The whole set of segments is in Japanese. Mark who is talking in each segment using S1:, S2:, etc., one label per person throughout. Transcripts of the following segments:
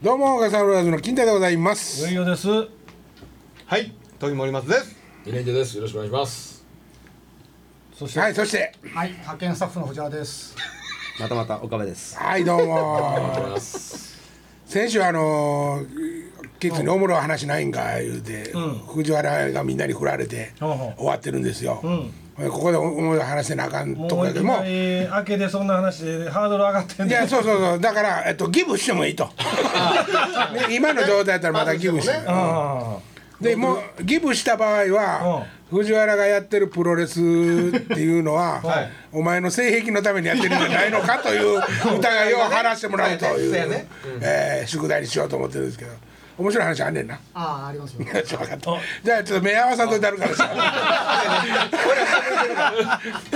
S1: どうも、ガサロラーズの金太でございま
S2: 無
S1: す。
S2: 料です。
S3: はい、富森松です。
S4: 二年生です。よろしくお願いします。
S2: そして、
S1: はい、そして、
S5: はい、派遣スタッフのこちらです。
S6: またまた岡部です。
S1: はい、どうも。
S4: お願いします。
S1: 先週、あのー、ケツにおもろい話ないんか言うて、藤原がみんなに振られて、
S2: ほうほう
S1: 終わってるんですよ。
S2: ん
S1: ここでおもろい話せなあかんと
S2: も
S1: こ
S2: う
S1: や
S2: い
S1: け
S2: き
S1: ども
S2: な。り明けでそんな話でハードル上がってん
S1: い
S2: ね
S1: やそうそうそうだから、えっと、ギブしてもいいと ね今の状態だったらまだギブしてもいい
S2: あ
S1: でもうギブした場合は、藤原がやってるプロレスっていうのは、
S3: はい
S1: お前の性癖のためにやってるんじゃないのかという疑いを晴らしてもらうという、
S3: そうやね
S1: えー宿題にしようと思ってるんですけど面白い話あんねんな。
S5: ああ、あります よ。
S1: よし分かったじゃあちょっと目合わさんといてあるからさ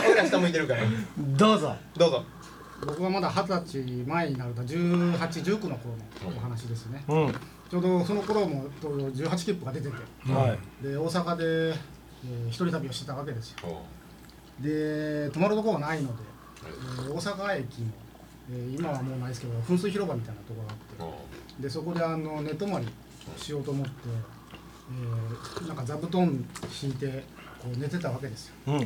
S3: 俺ら下向いてるから。
S2: あどうぞ。
S3: どうぞ。
S5: 僕はまだ二十歳前になると、18、19の頃のお話ですね。
S2: うん。
S5: ちょうどその頃も、18切符が出てて、
S2: はい。
S5: で、大阪で、えー一人旅をしてたわけですよ。で、泊まるところがないので、えー大阪駅の、えー今はもうないですけど、噴水広場みたいなところがあって、でそこであの寝泊まりしようと思って、えーなんか座布団敷いてこう寝てたわけですよ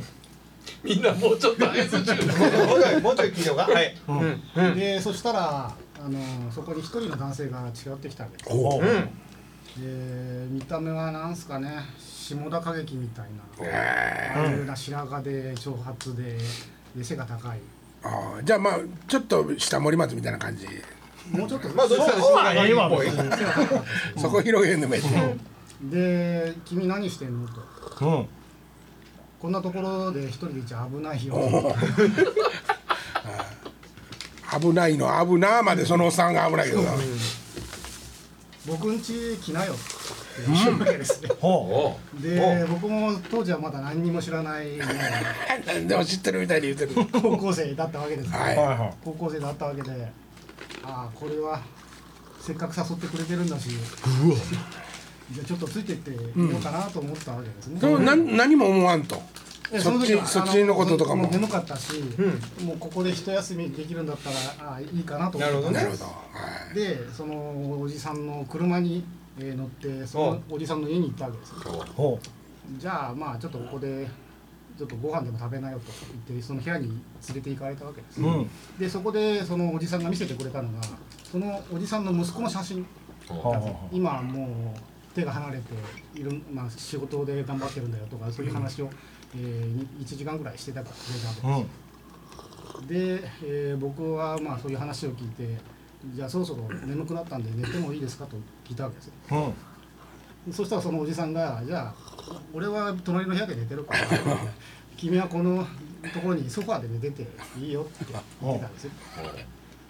S4: みんなもうちょっと挨拶中。
S3: もうちょい、もうちょい聞いてようか。はい。うん。うん。
S5: でそしたらあのそこに一人の男性が近寄ってきたわけです
S1: おう
S5: で見た目はなんすかね下田歌劇みたいなああいうな白髪で長髪でで背が高い
S1: あーじゃあまあちょっと下森松みたいな感じ、
S5: もうちょっと
S3: まあ、どっちか
S2: そうはええわ
S3: ぽい。
S2: 別
S3: は
S1: そこ広げんでもいい
S5: で「君何してんの?」と
S2: うん。
S5: 「こんなところで一人でいちゃ危ないよ」
S1: 危ないの危なーまでそのおっさんが危ないけどな
S5: 僕ん家来なよって言うわけですね
S2: ほ
S4: おう。
S5: で僕も当時はまだ何にも知らない
S1: 何でも知ってるみたいに言ってる
S5: 高校生だったわけです
S2: う。
S1: はい
S2: はいは
S5: 高校生だったわけでああこれはせっかく誘ってくれてるんだしじゃあちょっとついてってみようかなと思ったわけですね、
S1: でも何何も思わんと
S5: で
S1: そっち
S5: 時は
S1: そっちのこととかも
S5: あのう眠かったし、もうここで一休みできるんだったらああいいかなと思った
S3: なるほどね
S1: なるほど、は
S5: でそのおじさんの車にえー乗ってそのおじさんの家に行ったわけですね
S2: い。ほ
S5: じゃあまあちょっとここでちょっとご飯でも食べなよと言ってその部屋に連れて行かれたわけです、
S2: う。うん。
S5: でそこでそのおじさんが見せてくれたのがそのおじさんの息子の写真
S2: はあはあはあ
S5: 今はもう手が離れていろんな仕事で頑張ってるんだよとかそういう話を、え1時間ぐらいしてたからくれたわ
S2: うん。
S5: けです、で、えー僕はまあそういう話を聞いてじゃあそろそろ眠くなったんで寝てもいいですかと聞いたわけです
S2: うん。
S5: そしたらそのおじさんが「じゃあ俺は隣の部屋で寝てるから君はこのところにソファーで寝てていいよ」って言ってたんですよ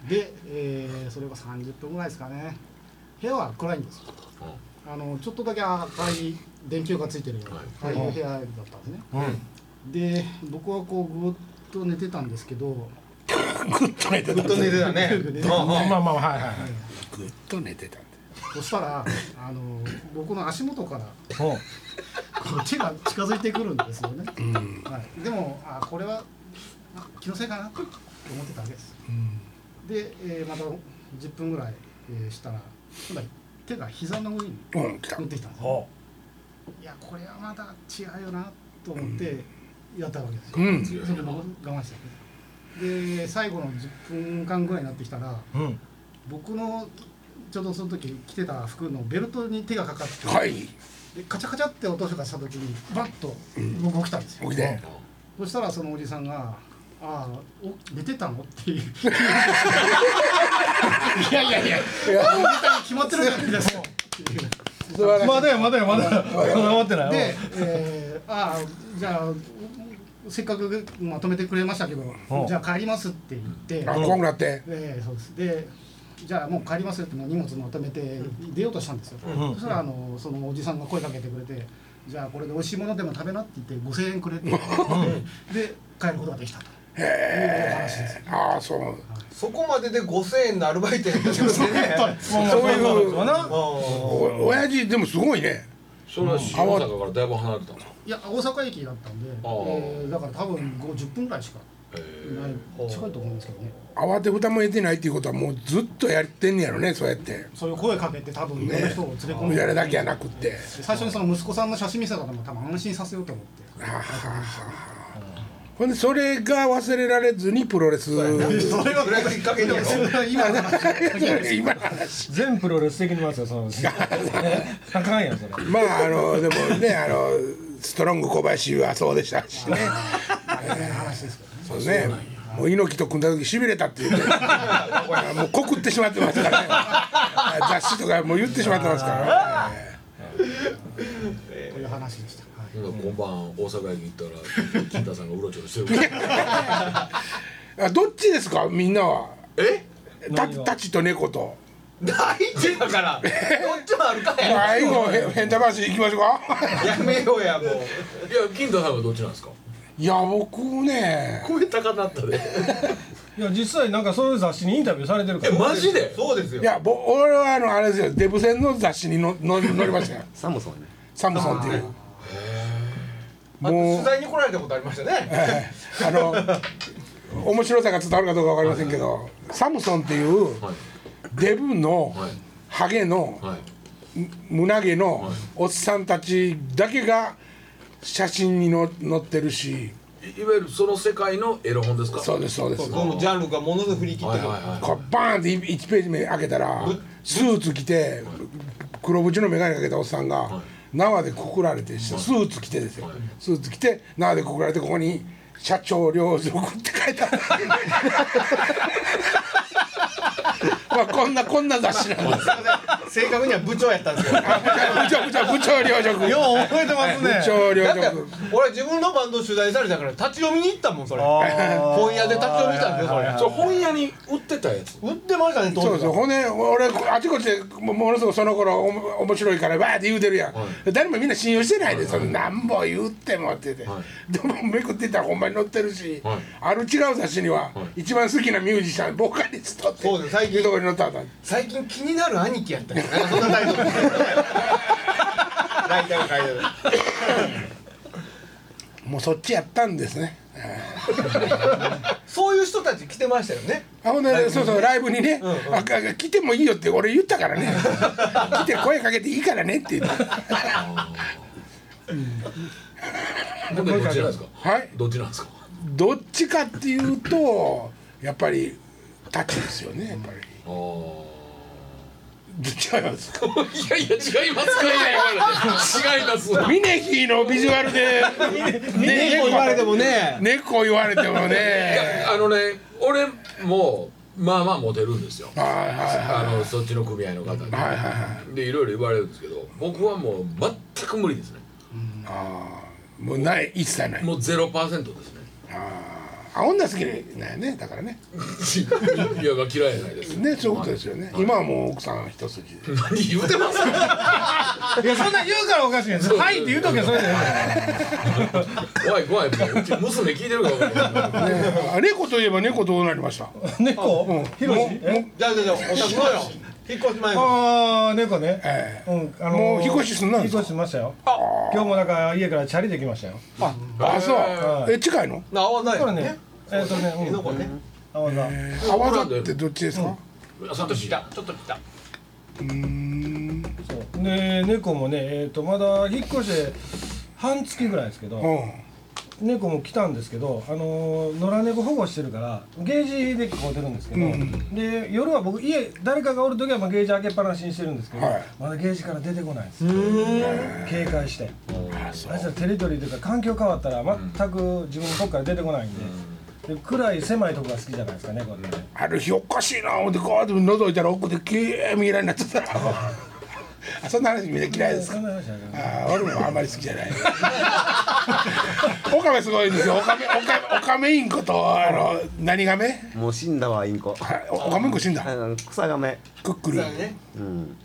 S5: で、えーそれが30分ぐらいですかね部屋は暗いんですよあのちょっとだけ赤い電球がついてるようなああいう部屋だったんですねで僕はこうぐっと寝てたんですけど
S1: い、グッと寝て
S3: ず
S1: た
S3: っと寝てたね。
S5: ぐっと寝てた
S3: うんうん
S2: まあまあまあはいはいはい。
S1: グッと寝てたんで
S5: そしたらあの僕の足元から
S2: ほ
S5: こっちが近づいてくるんですよね、はい、でもあこれはあ気のせいかなと思ってたわけです、で、えーまた10分ぐらい、えーしたら今度は手が膝の上に
S1: うん来た
S5: 乗ってきたんで
S2: う。
S5: すよ
S2: ほ
S5: いやこれはまだ違うよなと思ってやったわけですよ、
S1: うん
S4: 強い
S5: それでも我慢してで最後の10分間ぐらいになってきたら
S2: う。うん。
S5: 僕のちょうどその時着てた服のベルトに手がかかって、
S1: はい
S5: でカチャカチャって音がした時にバッと僕起きたんですよ、
S1: 起きて
S5: そしたらそのおじさんが「ああお寝てたの?」って いういやい やいやおじさんに決まってるじゃないですかっていう
S1: 素晴らしい
S2: まだよまだよまだよ。まってない。
S5: で、えー、ああじゃあせっかくまとめてくれましたけど
S2: うん
S5: じゃあ帰りますって言って、
S1: あこんなって
S5: えーそうですでじゃあもう帰りますよってもう荷物まとめて出ようとしたんですよ、
S2: うん
S5: そしたらあのそのおじさんが声かけてくれて「じゃあこれで美味しいものでも食べな」って言って5,000円くれて、で帰ることができたというお話です。
S1: ああそう
S3: そこまでで5000円のアルバイトやってるんですね。
S2: まあまあ
S1: そういう
S2: まあまあまあな。
S3: うん
S1: お親父でもすごいね
S4: それは新大阪からだいぶ離れたの。
S5: いや大阪駅だったんで、
S4: あー
S5: えーだから多分5 10分ぐらいしかぐらい近いと思うんですけどね
S1: 慌てふたも得てないっていうことはもうずっとやってんねやろねそうやって
S5: そういう声かけて多分いろんな人を連れ込ん
S1: やる
S5: で
S1: だけやなくって
S5: 最初にその息子さんの写真見せたからも多分安心させようと思って
S1: ほんでそれが忘れられずにプロレス
S5: それは
S3: それがきっかけにやろ
S5: それは今の話
S1: 今の話
S2: 全プロレス的にますよそのあかんやんそれ
S1: まああのでもねあのストロング小林はそうでしたしね
S5: の 話ですけどね
S1: そうねもう猪木と組んだ時しびれたって言って もう告ってしまってますからね 雑誌とかもう言ってしまってますからね
S5: という話でした、はい
S4: なんか今晩大阪駅行ったら金田さんがうろちょろしてるから
S1: あどっちですかみんなは
S4: え
S1: た
S2: 何が
S1: たちと猫と
S3: 大事だからどっちもあるかや
S1: 最後へ変な話行きましょう か
S3: やめようやもう
S4: いや金田さんはどっちなんですか
S1: いや僕ね
S4: 声高なったで
S2: いや実際なんかそういう雑誌にインタビューされてるか
S4: え
S2: ら
S4: マジで
S3: そうですよ
S1: いやぼ俺はあのあれですよデブ戦の雑誌にのの載りましたよ
S6: サムソンね
S1: サムソンっていう
S3: あと
S1: もう
S3: 取材に来られたことありましたね
S1: あの面白さが伝わるかどうかわかりませんけど、サムソンっていう
S4: はい
S1: デブの
S4: はい
S1: ハゲの
S4: はい
S1: 胸毛のおっさんたちだけが写真にの載ってるし
S4: いいわゆるその世界のエロ本ですか
S1: そうですそうです
S3: このジャンルがもので振り切っ
S4: はい
S3: て
S4: はい
S3: る
S4: は
S1: こうバーンって1ページ目開けたらスーツ着て黒縁の眼鏡かけたおっさんが縄でくくられてスーツ着てですよスーツ着て縄でくくられてここに「社長領属」って書いてあ るまあこんなこんな雑誌なんです
S3: 正確には部長やったんですけど
S1: 部長部長部長領属
S2: よ
S1: 部
S2: う覚えてますね
S1: 長領
S3: だって
S1: 属
S3: 俺自分のバンド取材されたから立ち読みに行ったもんそれ本屋で立ち読みしたんですよそれ
S4: いそれ本屋に売ってたやつ
S3: 売ってましたね
S1: そう
S3: 当
S1: です
S3: 時
S1: よ
S3: は
S1: ほんで俺あちこちでもものすごくその頃おも面白いからバーって言うてるやん、誰もみんな信用してないで、そのなんぼ言ってもってて、
S4: は
S1: でもめくってたらほんまに載ってるし、
S4: はい
S1: ある違う雑誌には、一番好きなミュージシャンボーカリストって
S3: そうです最近
S1: いうところに載ったんだ
S3: 最近気になる兄貴やったよねそんなタイトル大体のタイトル
S1: もうそっちやったんですね
S3: そういう人たち来てましたよね
S1: あほんで、そうそうライブにね、ああ来てもいいよって俺言ったからね来て声かけていいからねって言って
S4: どっちなんですか
S1: はい
S4: どっちなんですか
S1: どっちかっていうとやっぱりタッチですよねやっぱり。
S4: あー
S1: 違います
S4: いやいや違いますかいやいや違います
S1: ミネヒーのビジュアルで
S3: 猫言われてもね
S1: 猫言われても
S4: い
S1: ね
S4: やあのね俺もまあまあモテるんですよ
S1: はいはいは
S4: あのそっちの組合の方に、
S1: いはいはい
S4: でいろいろ言われるんですけど僕はもう全く無理ですね
S1: あーもうない一切ない
S4: もう0%ですね
S1: あ女好きなんやねだからね
S4: いやまあ嫌いじゃないです
S1: ねそういうことですよね今はもう奥さん一筋で
S4: 何言うてます
S2: いやそんなん言うからおかしいやん
S4: そう
S2: はいって言うときはそれで
S4: 怖い怖いもううち娘聞いてるか分か んない
S1: あ猫といえば猫どうなりました
S2: 猫ヒロシえ
S3: じゃあじゃあじゃあお宅のよ引っ越し前の
S2: ああ猫ね
S1: え
S2: うんあ
S1: も
S2: の
S1: う引っ越しすんな
S2: 引っ越ししましたよ今日もだから家からチャリできましたよ
S1: あそうえ近いの
S3: な合わない
S2: こ
S3: よ
S2: れ
S3: ね
S2: ねえっとね
S3: え
S2: う
S3: の
S2: ん
S3: こね
S2: あわざ
S1: 泡だってどっちですか
S4: ちょっと来たちょっと来た
S2: そうで猫もねえっとまだ引っ越して半月ぐらいですけど
S1: うん
S2: 猫も来たんですけど、あのー野良猫保護してるからゲージでこう出るんですけど、で夜は僕家誰かがおる時はまあゲージ開けっぱなしにしてるんですけど、
S1: はい
S2: まだゲージから出てこないんです警戒してあいつらテリトリーというか環境変わったら全く自分のとこから出てこないんで,、で暗い狭いとこが好きじゃないですか猫って、
S1: ある日おかしいな思ってこうやって覗いたら奥できれい見えらになっちゃったら あそんな話みんな嫌いですか
S2: そんな話だから
S1: あー俺もあんまり好きじゃない。岡部すごいんですよ。岡部、岡部、岡部インコと、あの、何ガメ。
S6: もう死んだわインコ
S1: はいお岡部インコ死ん
S6: あ
S1: だ。
S6: の草がめ
S1: クックル
S3: そう。だね
S6: うん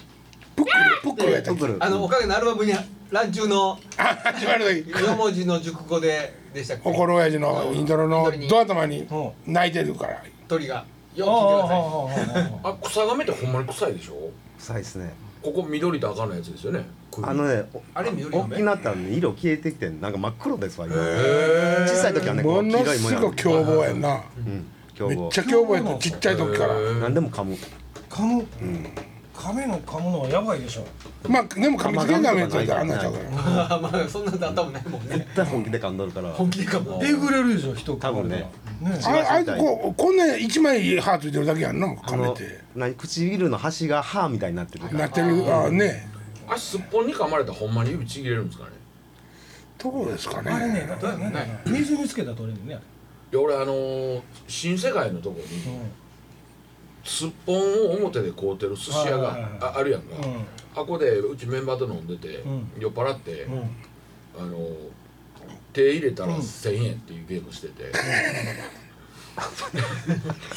S1: プックル、プックルやった
S6: ト
S1: っ
S6: ップ
S1: け。
S6: ル
S3: あのおかげのアルバムにランチューの
S1: あ、始まる時。
S3: 四文字の熟語ででしたっけ
S1: おこの親父のインドロのドア頭に
S2: う
S1: 泣いてるから。
S3: 鳥がよ
S2: ああああああああああ
S3: く
S4: あ草亀ってほんまに臭いでしょ
S6: 臭いですね
S4: ここ緑と赤のやつですよね首
S6: あのねお
S3: あれ緑の
S6: 大
S3: 目
S6: きなったんで色消えてきてなんか真っ黒ですわ今
S4: へ
S6: 小さい時はねこ
S1: も
S6: う黄
S1: の
S6: 色いもん
S1: す
S6: や
S1: ごく凶暴やんな
S6: うん凶
S1: めっ
S6: 暴
S1: ちゃ凶暴やったちっちゃい時から
S6: 何でも噛む
S2: 噛む、噛めの噛むのはやばいでしょ
S1: まあでも噛みつけんがめっちゃあんなちゃうから
S3: あ まあそんな頭ないもんね
S6: 絶対本気で噛んどるか ら
S3: 本気でかも
S2: えぐれるでしょ人
S6: 多分ね
S2: ね
S1: あああいつこうこんな一枚歯ついてるだけやんな
S6: あ
S1: 噛め
S6: の
S1: て
S6: 何唇の端が歯みたいになってるから
S1: なってるあね
S4: 足すっぽんに噛まれたらほんまに指ちぎれるんですかね
S1: どうですか
S2: あれね
S1: ね
S2: だってね水につけたら取れるねあ
S4: いや俺あのー新世界のとこ
S2: れ
S4: にすっぽんを表で買うてる寿司屋
S2: はいはいはい
S4: がああるやんか、
S2: うん
S4: あこでうちメンバーと飲んでて、
S2: うん
S4: 酔っ払って、
S2: うん、うん
S4: あのー手入れたら
S2: うん
S4: 1000円っていうゲームしてて、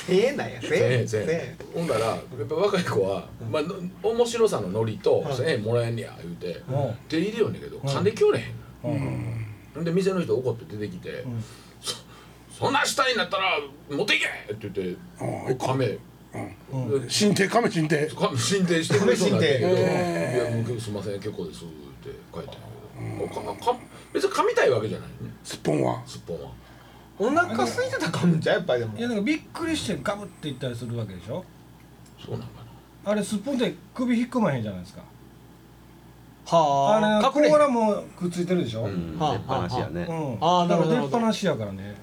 S5: せえなんや
S4: 1000円1000円ほんだらやっぱ若い子は、まあ、の面白さのノリと1000円もらえんねや言うて、
S2: うん
S4: 手入れよんねんけど金できよれへん、ほんで店の人怒って出てきて「
S2: ん
S4: そそんなんしたいんだったら持っていけ!」って言って亀
S1: 神帝かめ神帝
S4: 亀進呈してくれそうなんだけど「い
S1: 神
S4: やもうすいません結構です」って書いてあるけどおかか別に噛みたいわけじゃないね
S1: すっぽんは
S4: すっぽんは。
S3: お腹空いてたかむんじゃうやっぱりでも
S2: いやなんかびっくりしてガブっていったりするわけでしょ
S4: そうなんかな
S2: あれすっぽんで首引っ込まへんじゃないですかあ
S3: は
S2: れ
S3: あ
S2: 甲羅もくっついてるでしょ、う
S4: うんん
S6: 出っ放しやね
S3: あーな
S2: だか
S3: る
S2: ら
S3: ほどなる
S2: 出
S3: ほ
S2: っ
S3: ど
S2: 放しやからね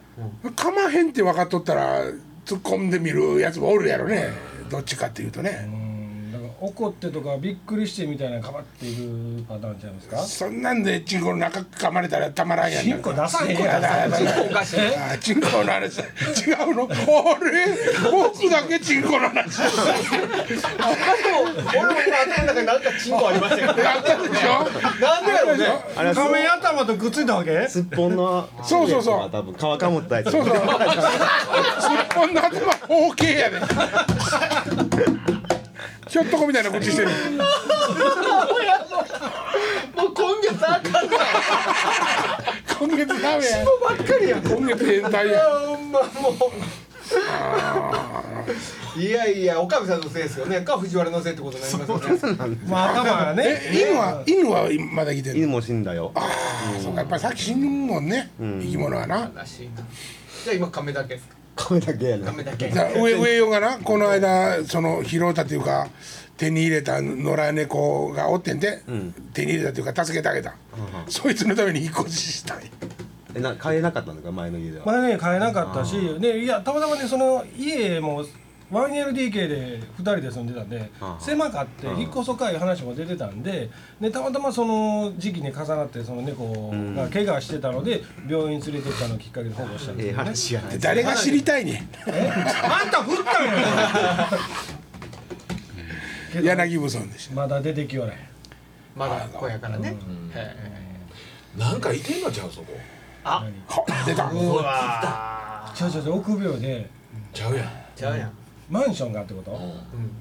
S1: 噛まへんって分かっとったら突っ込んでみるやつもおるやろねどっちかっていうと
S2: う
S1: ね
S2: んだから怒ってとかびっくりしてみたいなかばっていくパターンちゃいますか
S1: そんなんでチンコの中噛まれたらたまらんやん
S2: チンコ出さへん
S1: いや
S2: やん
S1: だだだ
S3: おかしい
S1: あチンコの話違うの俺僕だけチンコの話
S3: 俺も今頭の中になんかチンコありましたけど
S1: やったでしょ
S3: なんでやろうね
S6: あれは
S2: 仮面頭とくっついたわけ
S6: すっぽんの
S1: そうそうそう
S6: あ多分皮かもったやつ
S1: そうそうすっぽんの頭方形やでひょっとこみたいな口してる
S3: もう今月あかんな
S1: 今月ダメや
S3: ばっかりやん
S1: 今月変態や
S3: ほんまもういやいや岡部さんのせいですよねか藤原のせいってことになりますよね
S2: まあ頭が
S1: え
S2: ね
S1: 犬は犬はまだ生きてる
S6: 犬も死んだよ
S1: そうかやっぱりさっき死ぬもんね生き物はな
S3: 悲しいなじゃあ今亀だけですか
S6: カメだけやね
S3: 亀だけ
S1: だ上上用がなこの間その拾ったっていうか手に入れた野良猫がおってんで、手に入れたっていうか助けてあげた、そいつのために引っ越ししたい
S6: えな買えなかったのか前の家では
S2: 前の家買えなかったしでいやたまたまねその家も 1LDK で2人で住んでたんで
S6: ああ
S2: 狭かって引っ越そうかいう話も出てたんででたまたまその時期に重なってその猫が怪我してたので病院連れてったのをきっかけで保護したんです
S6: ええ
S2: よね
S6: 話やない
S1: 誰が知りたいね
S2: あんた振ったんや
S1: ん柳武尊でし
S2: まだ出てきよれん
S3: まだ子やからねはいはいはい
S4: なんかいてんのちゃうそこ
S1: たほ出た
S3: うわ
S2: ちょちょちょ臆病で
S4: ちゃうやん
S3: ーちゃうやん
S2: マンションがってこと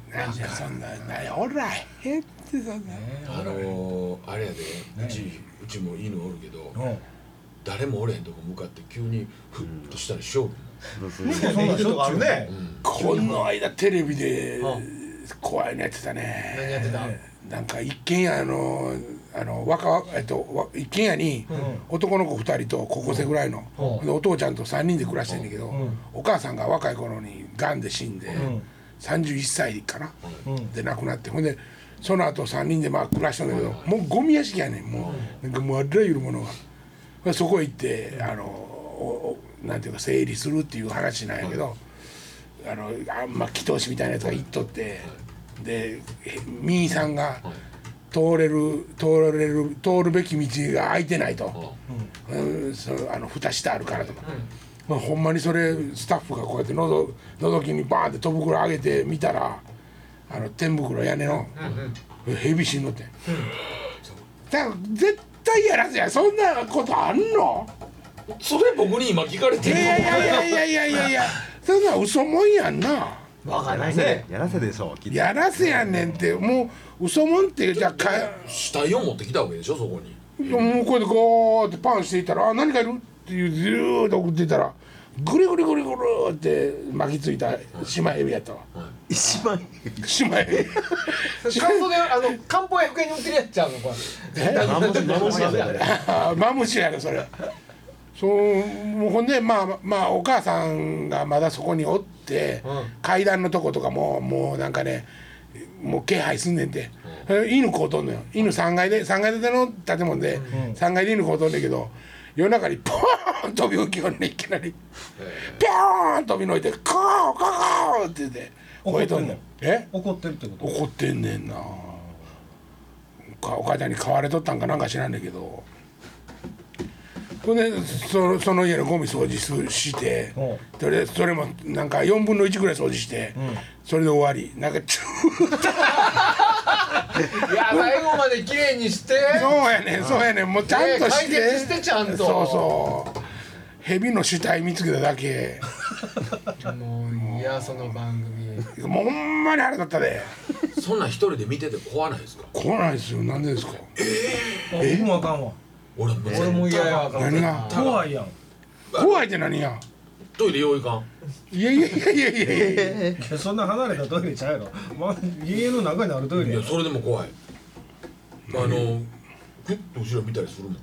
S1: 何じゃそんな何おらへんってそんな
S4: あのー、あれやでうちうちも犬おるけど
S2: うん
S4: 誰もおれへんとこ向かって急にフッとしたりしよう
S2: 猫そんなんしょっちゅう
S3: あるね
S1: この間テレビで怖いのやってたね
S3: 何やってた
S1: なんか一軒家のあの若えっとわ一軒家に男の子2人と高校生ぐらいの、でお父ちゃんと3人で暮らしてんねんけど、お母さんが若い頃にがんで死んで、31歳かな、で亡くなってほんでその後三3人でまあ暮らしてんだけど、もうゴミ屋敷やねんもう,、なんかもうあらゆるものが。でそこ行ってあのおおなんていうか整理するっていう話なんやけど、あのあんま祈祷師みたいなやつが行っとって、でえ民意さんが通れる通れる通るべき道が空いてないと、うんそのあの蓋してあるからとか、まあ、ほんまにそれスタッフがこうやってのぞのぞきにバーンって戸袋上げてみたらあの天袋屋根の蛇死んどって。だから絶対やらせやそんなことあんの
S4: それ僕に今聞か れ
S1: い
S4: てんの
S1: やいやいやいやいやいやいや そんな嘘もんやんな
S3: わか
S6: や
S3: んな
S6: ら
S3: い
S6: せ
S3: ね
S6: やらせでしょきっと
S1: やらせやねんってもう嘘もんってじゃあか
S4: 死体を持ってきたわけでしょそこに
S1: もうこうやってゴーってパンしていったら「あ何かいる?」っていうずーっと送っていたらぐりぐりぐりぐるーって巻きついたシマエビやったわ
S4: はい
S6: 一万円
S1: しまえ
S3: 漢方であの漢方薬屋に売ってるやつちゃうのこれ
S6: 何もし何もしないこれ
S1: あ マムシやろそれそうもうほんでまあまあお母さんがまだそこにおって、階段のとことかももうなんかねもう気配すんねんて、え犬こうとんのよ犬3階で3階建ての建物で、3階で犬こうとんねんけど夜中にポーン飛び起きよんねんいきなりピョーン飛びのいてコーコーコーって言って声とんねん
S2: 怒
S1: え
S2: 怒ってるってこと
S1: 怒ってんねんなかお母ちゃんに買われとったんかなんか知らんねんけどほんでそのその家のゴミ掃除すして
S2: うん
S1: それそれもなんか4分の1ぐらい掃除して、それで終わりなんかちゅ う
S3: いや最後まで綺麗にして
S1: そうやねんそうやねんもうちゃんとして、
S3: ね解決してちゃんと
S1: そうそう蛇の死体見つけただけ
S3: もういやその番組
S1: もうほんまに腹立ったで
S4: そんなん一人で見てて怖ないですか
S1: 来ないですよなんでですか
S2: あ僕もあかんわ
S4: 俺も
S3: 俺も嫌や
S1: 何が
S2: 怖いやん
S1: 怖いって何や
S4: トイレ用意かん
S1: いやいやいやいやいやいやいや
S2: いやそんな離れたトイレちゃうやろ、ま家の中にあるトイ
S4: い
S2: レや
S4: や
S2: ろ
S4: それでも怖いあのグッと後ろ見たりするもん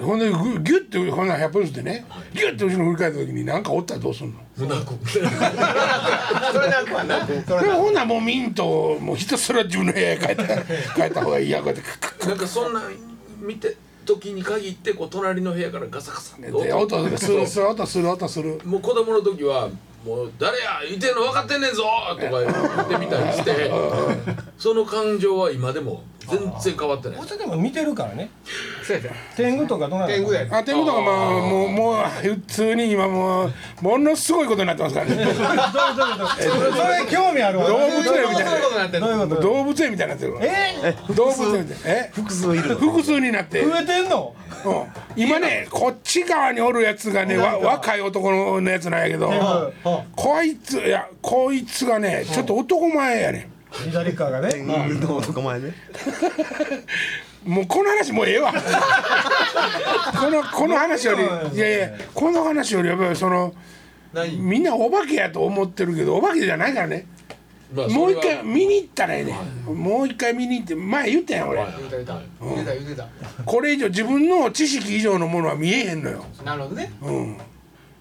S1: ほんでぐギュッてほんなら100歩ずつでねギュッて後ろ振り返った時に何かおったらどうすんの
S4: 胸く
S3: それなんかはな
S1: でもほんならもうミントもうひたすら自分の部屋へ帰った 帰った方がいいやこうやってカッカッ
S4: なんかそんなん見て時に限ってこう隣の部屋からガサガサって
S1: カッて音がするする音する音する
S4: もう子供の時は「もう誰や言ってんの分かってんねんぞ!」とか言ってみたりして その感情は今でも全然変わってない
S2: こっちでも見てるからね天狗とかどうなの
S3: 天狗や
S1: あていうことがまあもうもう普通に今もうものすごいことになってますからね
S2: どういうどういうどう いうそれ興味あるわ
S1: 動
S2: どう
S1: 物
S2: いう
S1: 園みたい
S3: そういうことになってんの
S2: こと
S1: 動物園みたいになってるわ
S2: え
S1: 動物園みたいえ
S6: 複数いるの
S1: 複数になって
S2: 増えてんの
S1: うん今ねこっち側におるやつがねわ若い男のやつなんやけどこいついやこいつがねちょっと男前やね
S2: 左側がね
S6: 天狗の男前ね
S1: んもうこの話もうええわこのこの話よりいやいやこの話よりやっぱりその
S3: 何
S1: みんなお化けやと思ってるけどお化けじゃないからね
S4: まあ
S1: もう一
S4: それ
S1: 回
S4: は
S1: 見に行ったらええねんもう一回見に行って前言ったやん俺
S4: はい
S3: 言うてた言うてた言うてた
S1: これ以上自分の知識以上のものは見えへんのよ
S3: なるほどね
S1: うん、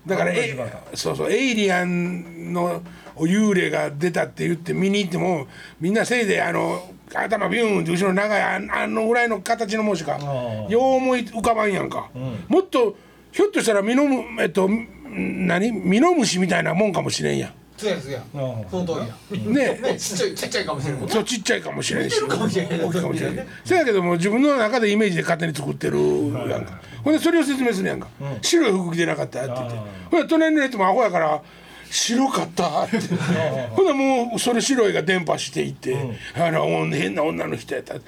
S1: だからえそうそうエイリアンの幽霊が出たって言って見に行ってもみんなせいであの頭ビューンって後ろに長いあんあのぐらいの形のものしか
S2: ー
S1: よう思い浮かばんやんか、もっとひょっとしたらミノムえっとん何ミノムシみたいなもんかもしれんやん
S3: そうやそうや
S2: なるほど
S3: その通りや
S1: ね
S3: ねちっちゃいちっちゃいかもしれんもん
S1: そうちっちゃいかもしれんし
S3: るかもしれん
S1: 大きいかもしれんせやけども自分の中でイメージで勝手に作ってるやんかほんでそれを説明するやんか、白い服着てなかったって言ってほんで隣のやつもアホやから白かったってほんでもうそれ白いが伝播していって、あの変な女の人やった、う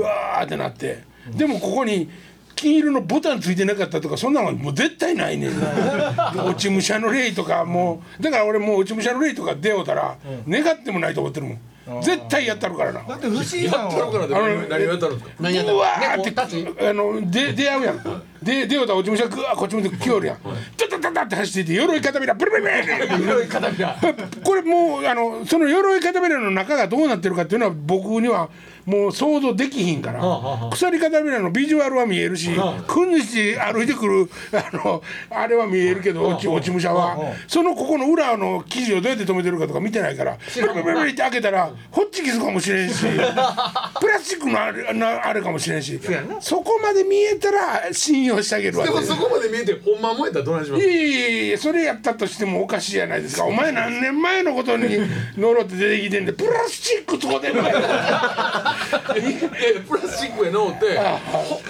S1: わーってなって、でもここに金色のボタンついてなかったとかそんなのはもう絶対ないねん落ち武者の霊とかもうだから俺もう落ち武者の霊とか出ようたら願ってもないと思ってるもん絶対やったるからな
S2: だって不思議な
S4: やったの
S2: の
S4: かなで
S1: あの
S4: 何何をやったのか
S3: 何やった
S1: うわー
S3: 猫
S1: って
S3: 立ち
S1: あので出会うやんで出ようたら落ち武者ぐわーこっち向いて来よるやんダダダダって走っていって鎧片びらブルブルブル
S3: 鎧片びら
S1: これもうあのその鎧片びらの中がどうなってるかっていうのは僕にはもう想像できひんから、鎖片びらのビジュアルは見えるし、くんにし歩いてくるあのあれは見えるけど、落ち落ち武者は、そのここの裏の生地をどうやって止めてるかとか見てないからブルブルブルって開けたらホッチキスかもしれんし プラスチックのあれなあれかもしれんしそこまで見えたら信用してあげるわ
S4: で
S1: け
S4: もそこまで見えてほんまもえたらどないしま
S1: い
S4: す
S1: やいやいやいやそれやったとしてもおかしいじゃないですかお前何年前のこと に呪って出てきてんでプラスチックとかでない
S4: いやいやプラスチックへのってほ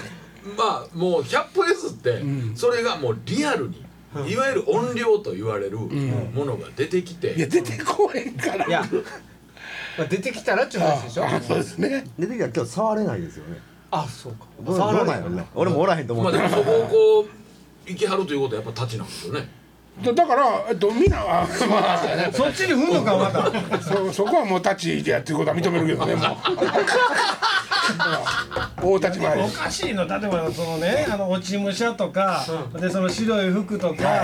S4: まあもう100歩譲ってそれがもうリアルにいわゆる音量と言われるものが出てき
S1: いや
S4: て
S1: 出てこへんから
S3: いやまあ出てきたらっちゅう話でしょ
S1: あそうですね
S6: 出てきたら今日触れないですよね
S3: あそうか
S6: どうどうなんやろね俺もおらへんと思
S4: ま
S6: っ
S4: あ
S6: て
S4: で
S6: る
S4: もそこをこう行きはるということはやっぱ立ちなんですよね
S1: だだからえっとみんなはまあ
S2: そっちに踏んのかまた
S1: そそこはもう立ちでやってることは認めるけどねもう 大立ち回り
S2: おかしいの例えばそのねあの落ち武者とか、でその白い服とか、
S1: は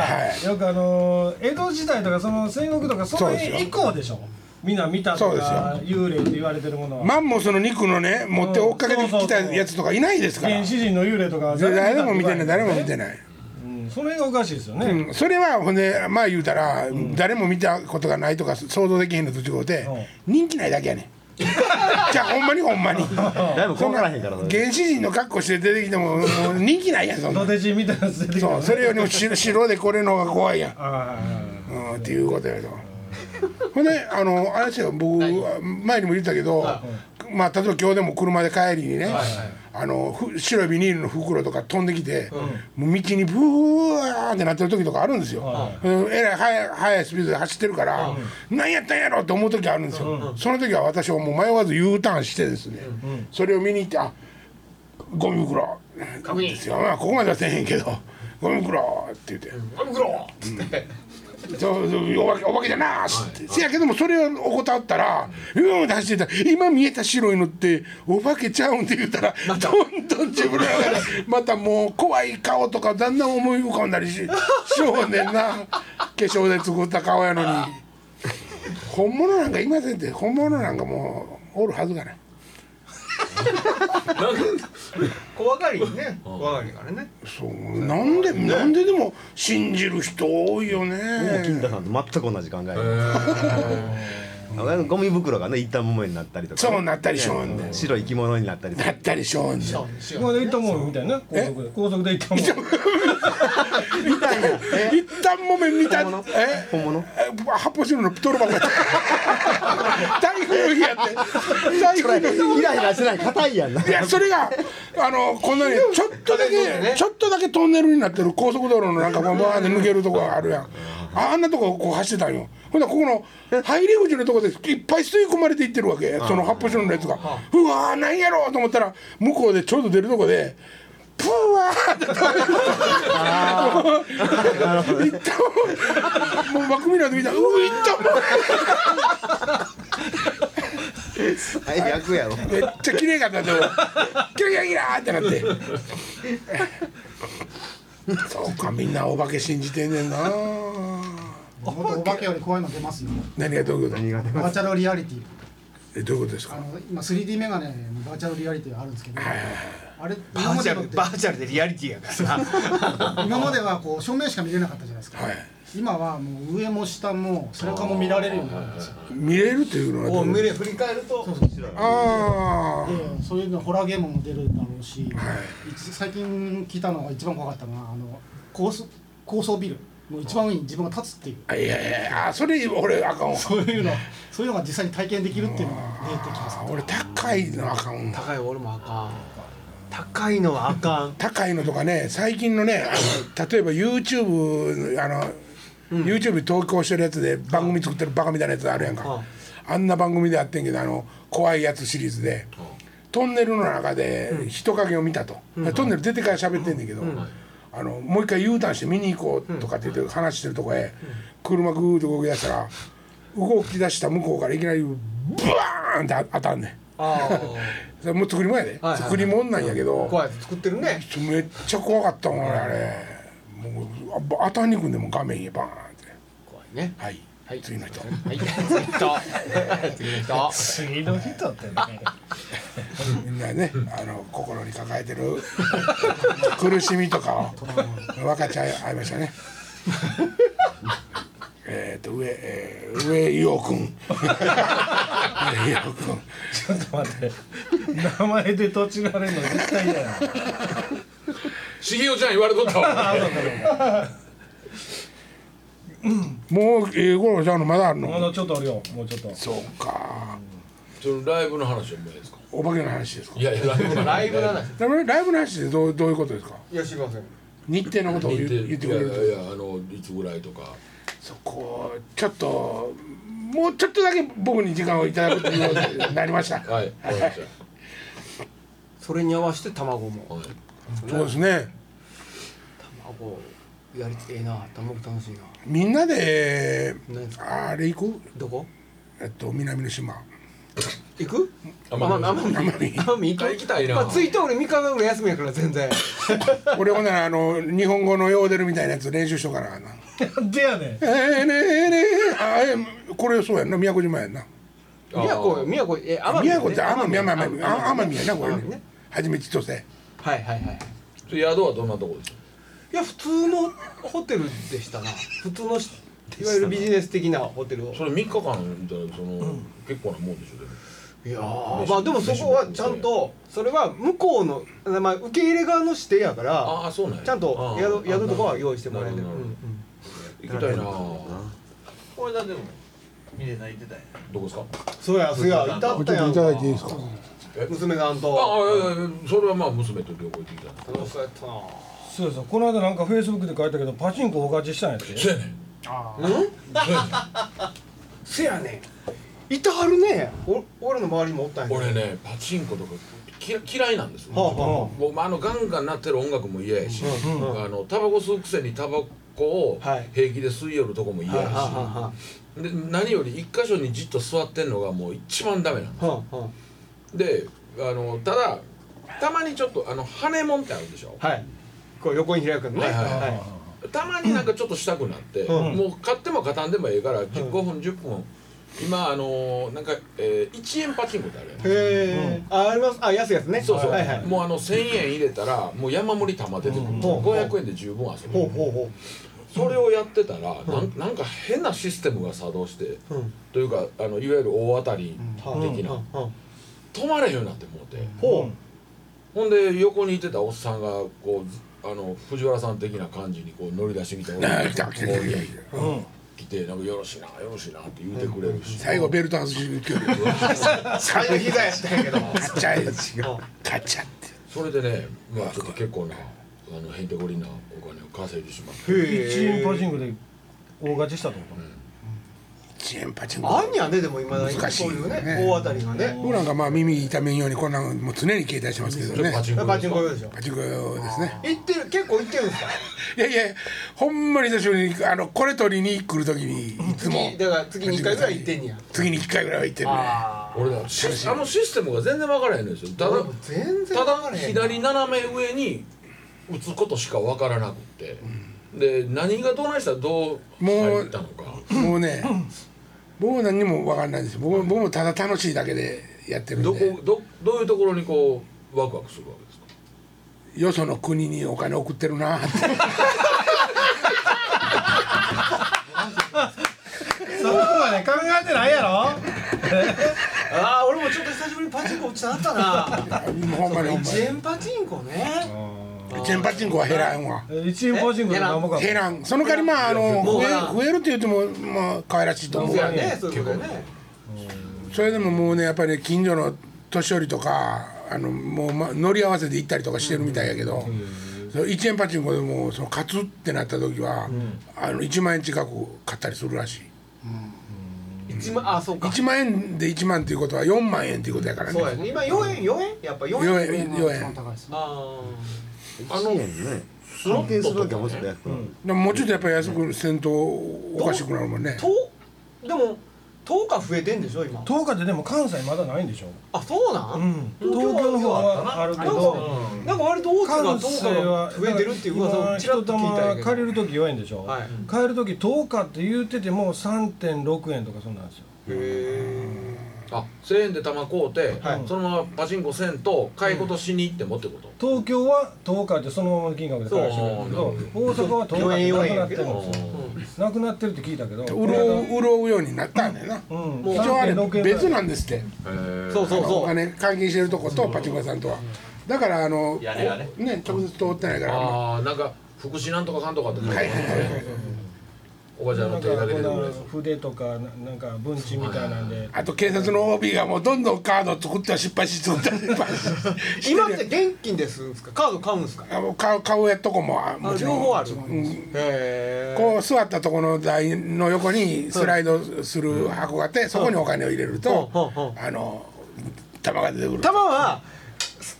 S1: いは
S2: よくあの江戸時代とかその戦国とかそ
S1: そ
S2: の
S1: うで
S2: 辺
S1: すよ
S2: 以降でしょみんな見たとか幽霊って言われてるものは、
S1: マンモスの肉のね持って追っかけてきたやつとかいないですから
S2: 原始人の幽霊とか
S1: 誰も見てない誰も見
S2: い、
S1: てない、
S2: うん、その辺がおかしいですよね、
S1: うん、それはほんでまあ言うたら、誰も見たことがないとか想像できへんのと違うて、人気ないだけやねん じゃあほんまにほんま に
S6: だいぶ怖がらへんからそれ
S1: 原始人の格好して出てきてももう 人気ないやんそんな
S2: ド
S1: ん
S2: テチみたいなやつ出てきた
S1: そうそれよりも白白でこれの方が怖いやん
S2: あ
S1: うんっていうことやと。ほんであのあれですよ僕前にも言ったけど、まあ、例えば今日でも車で帰りにね、あのふ白いビニールの袋とか飛んできて、もう道にブワーってなってる時とかあるんですよ、うんえらい速い速いスピードで走ってるから、何やったんやろって思う時あるんですよ、その時は私はもう迷わず U ターンしてですね、それを見に行ってあゴミ袋確認ですよ、まあ、ここまではせえへんけどゴミ袋って言って。
S4: ゴミ袋っつって
S1: そうそうお化けお化けだなーっつって、せやけどもそれを怠ったらうんって走ってた今見えた白いのってお化けちゃうんって言ったらどんどん自分らがまたもう怖い顔とかだんだん思い浮かんだり ししょうねんな化粧で作った顔やのに本物なんかいませんって本物なんかもうおるはずがない
S3: 怖がりね怖がりからね
S1: そうなんでなんででも信じる人多いよ
S6: 金
S1: ね
S6: 太さんと全く同じ考えあのゴミ袋がね一旦桃になったりとかね、
S1: そうなったりしょうんねん
S6: 白い生き物になったりと
S1: な
S6: か
S1: ったりしょうんねん
S2: あこれで行ったもんみたいな高速で高速で行ったもん
S1: 一旦もめ見た
S6: 本物
S1: え
S6: 本物
S1: え発泡スチロールのプトロ箱やった 台風の日やって台風の日
S6: イライラしてない硬いやんない
S1: やそれがあのこんなにちょっとだけちょっとだけトンネルになってる高速道路のなんかこうバーンって抜けるとこがあるやんああんなとここう走ってたんよほんならここの入り口のとこでいっぱい吸い込まれていってるわけその発泡スチロールのやつがうわーなんやろうと思ったら向こうでちょうど出るとこでプワーって いったもんもうマクミラーで見たらうわいったもん
S6: 最悪やろ
S1: めっちゃ綺麗かったでもキラキラキラーってなってそうかみんなお化け信じてんねんな
S5: もっとお化けより怖いの出ますよ
S1: 何がどういうこと
S6: 苦手
S5: バーチャルリアリティ
S1: えどういうことです
S5: あ
S1: か
S5: の今 3D メガネにバーチャルリアリティがあるんですけどあれ
S3: バ
S5: 今
S3: ー
S5: ま
S3: チャ
S5: でのっ
S3: ル
S5: て
S3: バーチャルでリアリティやからさ
S5: 今まではこう正面しか見れなかったじゃないですか
S1: はい
S5: 今はもう上も下も背中も見られるようになるんですよ
S1: 見れるというのはど
S3: お
S1: ういう
S3: 胸
S1: こ
S3: 振り返ると
S1: とああ
S5: でそういうのホラーゲームも出るだろうし、一最近聞いたのが一番怖かったのはあの高層高層ビルの一番上に自分が立つっていう
S1: あいやいやいやあそれ俺あかんわ
S5: そういうのそういうのが実際に体験できるっていうのが出てきます
S1: あ俺高いのあかんわ
S3: 高い俺もあかん高いのはあかん
S1: 高いのとかね最近のねあの例えば YouTube あの、YouTube に投稿してるやつで番組作ってるバカみたいなやつあるやんか、
S3: うん
S1: あんな番組であってんけどあの怖いやつシリーズで、トンネルの中で人影を見たと、トンネル出てから喋ってんねんけど、あのもう一回 U ターンして見に行こうとかって言って話してるとこへ、車グーッと動き出したら動き出した向こうからいきなりブワーンって当たんねん
S3: ああ
S1: それもう作りもんやで、
S3: はいはい
S1: 作りもんなんやけど、
S3: 怖いやつ作ってるね
S1: めっちゃ怖かったもん俺あれもうあば当たりにくんでもう画面へバーンって
S3: 怖いね
S1: はい、次の人
S3: はい次の人次の人
S2: 次の人ってね
S1: みんなねあの心に抱えてる苦しみとかを分かっちゃいました ねえっと上、えー、上伊尾君上伊尾君
S2: ちょっと待って名前で土地がれるの絶対嫌やな
S4: 茂雄ちゃん言われとったわ
S1: もうええ頃ちゃうのまだある
S2: ま
S1: の
S2: だちょっとあるよもうちょっと
S1: そうか
S4: そのライブの話はもういいですか
S1: お化けの話ですか
S4: いやいやライブの
S3: ライブの話
S1: だからライブの話でどうどういうことですか
S3: いや知りません
S1: 日程のことを言う言ってくれる
S4: い
S1: と
S4: やいやいやあのいつぐらいとか
S1: そこちょっともうちょっとだけ僕に時間をいただくということになりました。
S4: はいわかりました
S3: それに合わせて卵も
S4: はい
S1: そうですね。
S3: 卵やりつええな卵楽しいな
S1: みんなで
S3: 何ですか
S1: あれ行く？
S3: どこ
S1: えっと南の島。
S3: 行く
S4: 奄美
S3: 奄美奄美
S4: 行きたいな
S3: まあ、ついて俺3日間ぐらい休みやから全然
S1: 俺ほんならあの日本語のヨーデルみたいなやつ練習しとかなあかんな
S2: なんでやねん
S1: えーねえねえあえこれそうやんな宮古島やんな
S3: 宮古宮古え奄美
S1: 宮古って奄美奄
S3: 奄
S1: 美
S3: 美
S1: あ奄美やなこれ
S3: 奄美
S1: ねはじめちとせ
S3: はいはいはい
S4: 宿はどんなとこですか
S3: いや普通のホテルでしたな普通のしいわゆるビジネス的なホテルを
S4: それ3日間みたいなその、結構なもんでしょでも
S3: いやーまあでもそこはちゃんとそれは向こうの、まあ、受け入れ側の指定やから
S4: ああそうなんや
S3: ちゃんと
S4: あ
S3: 宿
S4: あ
S3: 宿とかは用意してもらえてる
S4: なるほどなる
S3: うん
S4: ほど行きたいな
S7: これだでも見れ泣いてたんや
S4: どこですか
S3: そうやそうやいたったやんか
S1: すか
S3: 娘さん
S4: あ
S3: と
S4: あいやいやそれはまあ娘と旅行行ってきた
S3: 楽しかったな
S2: そうやそうこの間なんかフェイスブックで書いたけどパチンコ大勝ちしたんやって
S4: そうやねん
S3: せやねんいたはるねお俺の周りにもおったんや
S4: 俺ねパチンコとかき嫌いなんですよ、
S3: はあは
S4: もうまああのガンガン鳴ってる音楽も嫌やし、
S3: うんう
S4: あのタバコ吸うくせにタバコを
S3: はい
S4: 平気で吸い寄るとこも嫌
S3: あは
S4: やし、
S3: あはあは
S4: で何より一箇所にじっと座ってんのがもう一番ダメなん
S3: あはあは
S4: であのただたまにちょっとあの羽根もんってあるでしょ
S3: あはいこう横に開くのね
S4: はいはいはい
S3: はい
S4: たまになんかちょっとしたくなって、
S3: うん
S4: もう買っても買たんでもええから5分10分今あのなんか、えー、1円パチンコってあるやん
S3: へえ、あありますあ安いやつね
S4: そうそう、
S3: はいはい
S4: もうあの1000円入れたらもう山盛り玉出てくる、
S3: ん
S4: 500円で十分遊べ
S3: ほう
S4: る、
S3: ほうほ
S4: それをやってたら、なん、なんか変なシステムが作動して
S3: ううん
S4: というかあのいわゆる大当たり的な、
S3: うんうん
S4: 止まれへんようになってもうて、
S3: ほ
S4: ほんで横にいてたおっさんがこうずあの藤原さん的な感じにこう乗り出してきて俺
S1: なあ
S4: に
S1: 来た来た来た来た
S2: ううん
S4: 来てなんかよろしいなよろしいなって言うてくれるし、
S1: 最後ベルト外しに行くよ
S3: う最後膝やしたんやけど
S1: カッチャイ
S3: うん
S1: カッチャって
S4: それでねまあちょっと結構なあのへんてこりんなお金を稼いでしまって
S2: 一
S3: へ
S2: 円
S3: え
S2: パチンコで大勝ちしたってこ
S1: 1円パチンコ
S3: あんやねでもいまだに
S1: 難しい
S3: そう
S1: よ
S3: い
S1: ね
S3: うね大当たりがね
S1: 僕なんかまあ耳痛めんようにこんなんもう常に携帯してますけど
S4: それ
S1: ね
S4: パチンコ
S3: パチンコ用でしょ
S1: パチンコですね
S3: 行ってる結構行ってるんですか
S1: いやいやほんまに久しぶりにあのこれ取りに来る時にいつも
S3: 次だから次に一回ぐらい行ってんねや
S1: 次に1回ぐらいは行ってるね
S3: あ
S4: 俺だシスあのシステムが全然分からへんのですよた
S3: あ
S4: だ
S3: 全然
S4: た
S3: わ
S4: だ
S3: からへんな
S4: 左斜め上に打つことしか分からなくって、で何がどないしたらどう入ったのか
S1: もうね僕は何にも分かんないです僕僕もただ楽しいだけでやってるん
S4: ど
S1: で
S4: こどどういうところにこうワクワクするわけですか
S1: よその国にお金送ってるなって
S2: とそこまで考えてないやろ
S3: あー俺もちょっと久しぶりにパチンコ落ちたったな
S1: ほんまにほんま
S3: 1円パチンコね
S1: にチェンパチンコは減らんわ
S2: え一円パチンコで何もかも
S1: 減らんその代わりまああの
S3: もう
S1: 増え
S3: 減らん
S1: 増えるって言ってもまあ可愛らしいと思
S3: そうう
S1: わ
S3: やねそういうことやね
S1: それでももうねやっぱりね近所の年寄りとかあのもう、ま、乗り合わせで行ったりとかしてるみたいやけど、その1円パチンコでもうその勝つってなった時は、あの1万円近く買ったりするらしい
S3: 1万あそうか
S1: 1万円で1万っていうことは4万円っていうことやからね
S3: そうやね今4円4円やっぱ4円
S1: 4円4円
S5: 高いですね
S3: あ
S6: あの
S4: ロ
S6: ね
S4: ット
S6: 安定するわけはもうちょっと安くなる
S1: でももうちょっとやっぱり安くせんとおかしくなるもんね
S3: あとでも10日増えてんでしょ今
S2: 10日ってでも関西まだないんでしょ
S3: あそうな、
S2: うんん東京の方はあるけど
S3: なんか割と大津が
S2: 関
S3: 10
S2: 西
S3: 日
S2: は
S3: が増えてるっていう噂をちらっと聞いたんや
S2: 今
S3: け
S2: 一玉借
S3: ど
S2: りる時4円でしょ、
S3: はい
S2: 借りる時10日って言ってても3.6円とかそんなんですよ
S4: あ1000円で玉買うて、
S3: はい
S4: そのままパチンコせんと買い事しに行ってもってこと、
S2: 東京は10日ってそのままの金額で返してくれるけど大阪は10日ってなくなってるんですよなくなってるって聞いたけど
S1: 潤う潤うようになったんだよな、
S2: うん
S1: 一応あれ
S2: 3.6円
S1: 別なんですって
S3: そうそう
S1: お
S3: そう
S1: 金換金してるとことパチンコ屋さんとはだからあの
S7: 屋根がね
S1: ね直接通ってないからまあ
S4: ああなんか福祉なんとかかんとかって書いてあ
S1: は
S4: る
S1: いはい
S4: んで
S1: は
S4: す
S1: いはい
S4: ねおばちゃん
S2: な
S4: の
S2: ん
S4: 手
S2: か
S4: だ
S2: こ
S4: け出てくるや
S2: の
S4: つ
S2: 筆とかななんか文鎮みたいなんで
S1: あと警察の OB がもうどんどんカード作っては失敗し作っては 失敗し
S3: 今って現金ですんすかカード買うんすか
S1: あもう買う買うやっとこもあも
S3: あ
S1: ちろ
S3: 両
S1: ん
S3: 方ある
S1: うん
S3: へ
S1: こう座ったとこの台の横にスライドする箱があってそこにお金を入れる
S3: うんうんう
S1: と
S3: ん
S1: あの玉が出てくる
S3: 玉は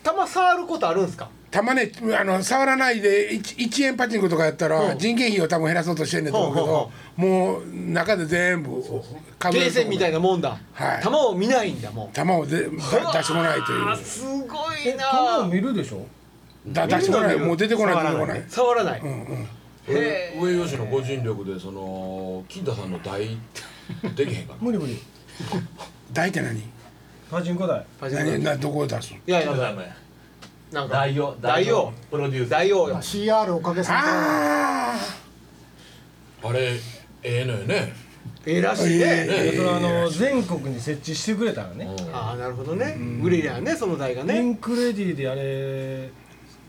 S3: 玉触ることあるんすか
S1: 玉ねあの触らないで 1, 一円パチンコとかやったら人件費を多分減らそうとしてんねんと思うけどもう中で全部
S3: ゲーセンみたい
S1: な
S3: なもんだ、
S1: はい
S3: 玉を見ないんだもん
S1: 玉をで出してもらいという
S3: あすごい
S2: 玉を
S3: な
S2: 見るでしょ
S1: だ出してもらいもう出てこない出てこない
S3: 触らない、へ
S4: 上上吉の個人力でその金田さんの代できへんかな
S2: 無理無理
S1: 大って何
S2: パチンコ台
S3: パチンコ
S1: 何などこを出すの
S3: いやい
S7: ダ
S3: や
S7: メ
S3: なんか
S7: 大王
S3: 大王
S7: プロデューサー
S3: 大王よ
S5: CR おかげさ
S1: あ
S4: あれええのよね
S3: ええらしいね、
S1: ええ
S2: それはあの全国に設置してくれたのね
S3: ああなるほどね、売れりゃねその台が
S2: イ
S3: ね
S2: ンクレディであれ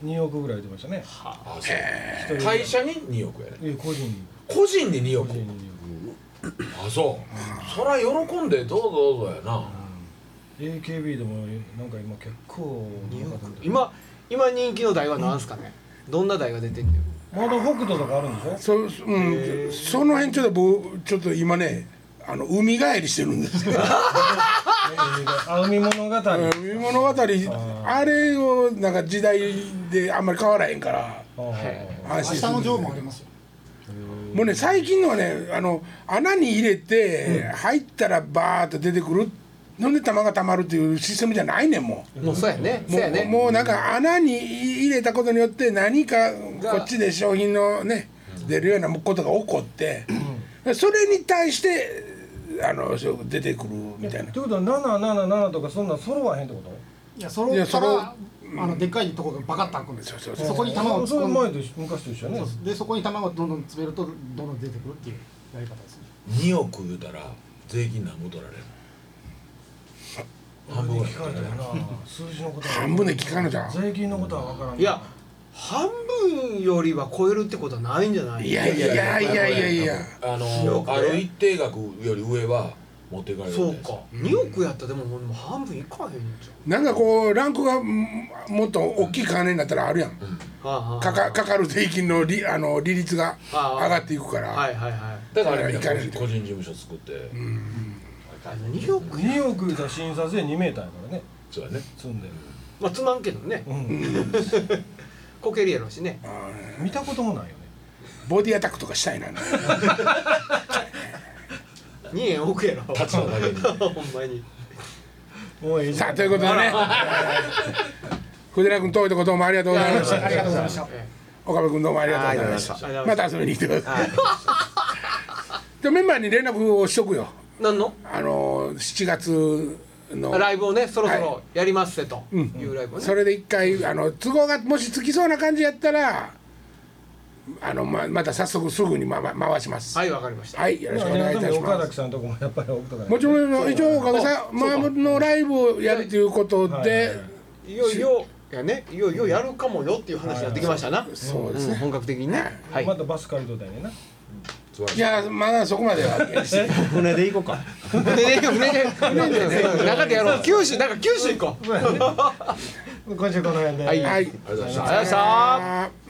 S2: 2億ぐらい出ましたね
S4: あそう
S2: 一人
S4: 会社に2億やね
S2: いや個人に
S4: 個人に2億
S2: 個人に
S4: あそうそら喜んでどうぞどうぞやな
S2: AKB でもなんか今結構
S3: 今今人気の台は何すかね、どんな台が出てんのよ
S2: まだ北斗とかあるんでしょ
S1: あそ,、うん、その辺ちょっと僕ちょっと今ねあの海帰りしてるんですよ
S2: あ海物語あ
S1: 海物語あれをなんか時代であんまり変わらへんから
S2: ー
S1: 安心
S5: 明日
S1: する
S5: のジョーもありますよ
S1: もうね最近のはねあの穴に入れて、入ったらバーッと出てくるので玉が溜まるっていうシステムじゃないねんも
S3: もうそうやね
S1: う
S3: そうや
S1: もう
S3: ね
S1: もうなんか穴に入れたことによって何かこっちで商品のね出るようなことが起こって、それに対してあのそう出てくるみたいな
S2: ってことは777とかそんなん揃わへんってこと
S5: いやそろ
S1: いや
S5: った
S1: それを
S5: らあのでっかいとこがバカッと開くんですよ
S1: そうそうそう
S5: そこに玉を
S2: そ
S5: 突っ
S2: れ
S5: 込ん
S2: 前
S5: で
S2: と昔と一緒やね
S5: そうそうでそこに玉をどんどん詰めるとどんどん出てくるっていうやり方ですね
S4: 2億言うたら税金何も取られる半分ぐらい
S2: 聞かれたよ な数字のことは
S1: 半分で聞かんのじゃん
S2: 税金のことは分からん
S3: いや半分よりは超えるってことはないんじゃない
S1: いやいやいやいやいやいや
S4: あ
S3: 2億
S4: の
S3: ね
S4: ある一定額より上は持っていかれるん
S3: そう
S4: です
S3: か2億やったらでももう半分いかへんじ
S1: なんかこうランクがうんもっと大きい金になったらあるやん
S3: ゃんはあはあ
S1: かかかかる税金の利あの利率が
S3: ああ
S1: 上がっていくから、
S3: はいはいはい
S4: だからあれみん
S1: だから
S4: な
S1: か
S4: い
S1: れて
S4: 個人事務所作って
S3: あの2億
S2: 2億言うたら診察で2メーターやからね
S4: そうやね
S2: 積んで
S3: まあつまんけどね
S2: うん
S3: こけるやろうしね
S2: 見たこともないよね
S1: ボディアタックとかしたいな
S3: 2円億やろ
S4: 立ちのだけに
S3: ほんまに
S2: もうええじ
S1: さ
S2: ゃ
S1: あ
S2: ん
S1: ということでね藤田君遠いとこどうもありがとうございました
S5: ありがとうございました
S3: え
S1: 岡部君どうもありがとうございまし
S6: あ
S1: た
S3: りがとうご
S1: ま
S3: ざ
S1: た
S3: いま
S1: 遊びに来てくださいじゃあメンバーに連絡をしとくよ
S3: え何の
S1: あの7月の
S3: ライブをねそろそろやりますせというライブをね
S1: それで一回あの都合がもしつきそうな感じやったらあのままた早速すぐに、まま、回しますは、
S3: はいいわかりました
S1: よろしくお願いいたし
S2: 岡
S1: ま
S2: 崎
S1: す
S2: さんとこもやっぱり奥とか
S1: もちろん一応おかげ
S3: あ
S1: さ
S3: そうか
S1: まのライブをやるということで、
S2: はいはいはい
S3: いよいよやねいよいよやるかもよっていう話になってきましたな
S1: そうです
S3: うん
S1: ね、
S3: 本格的にねはい
S2: またバス借りとったんやねんな
S4: 素晴らし
S1: い
S4: い
S1: やまだそこまでは
S6: 船で行こうか
S3: 船で船で船でね中でやろう九州なんか九州行こう
S2: 今週この辺で
S3: はい
S1: はい
S4: ありがとうございました
S3: ありがとうございました
S1: あー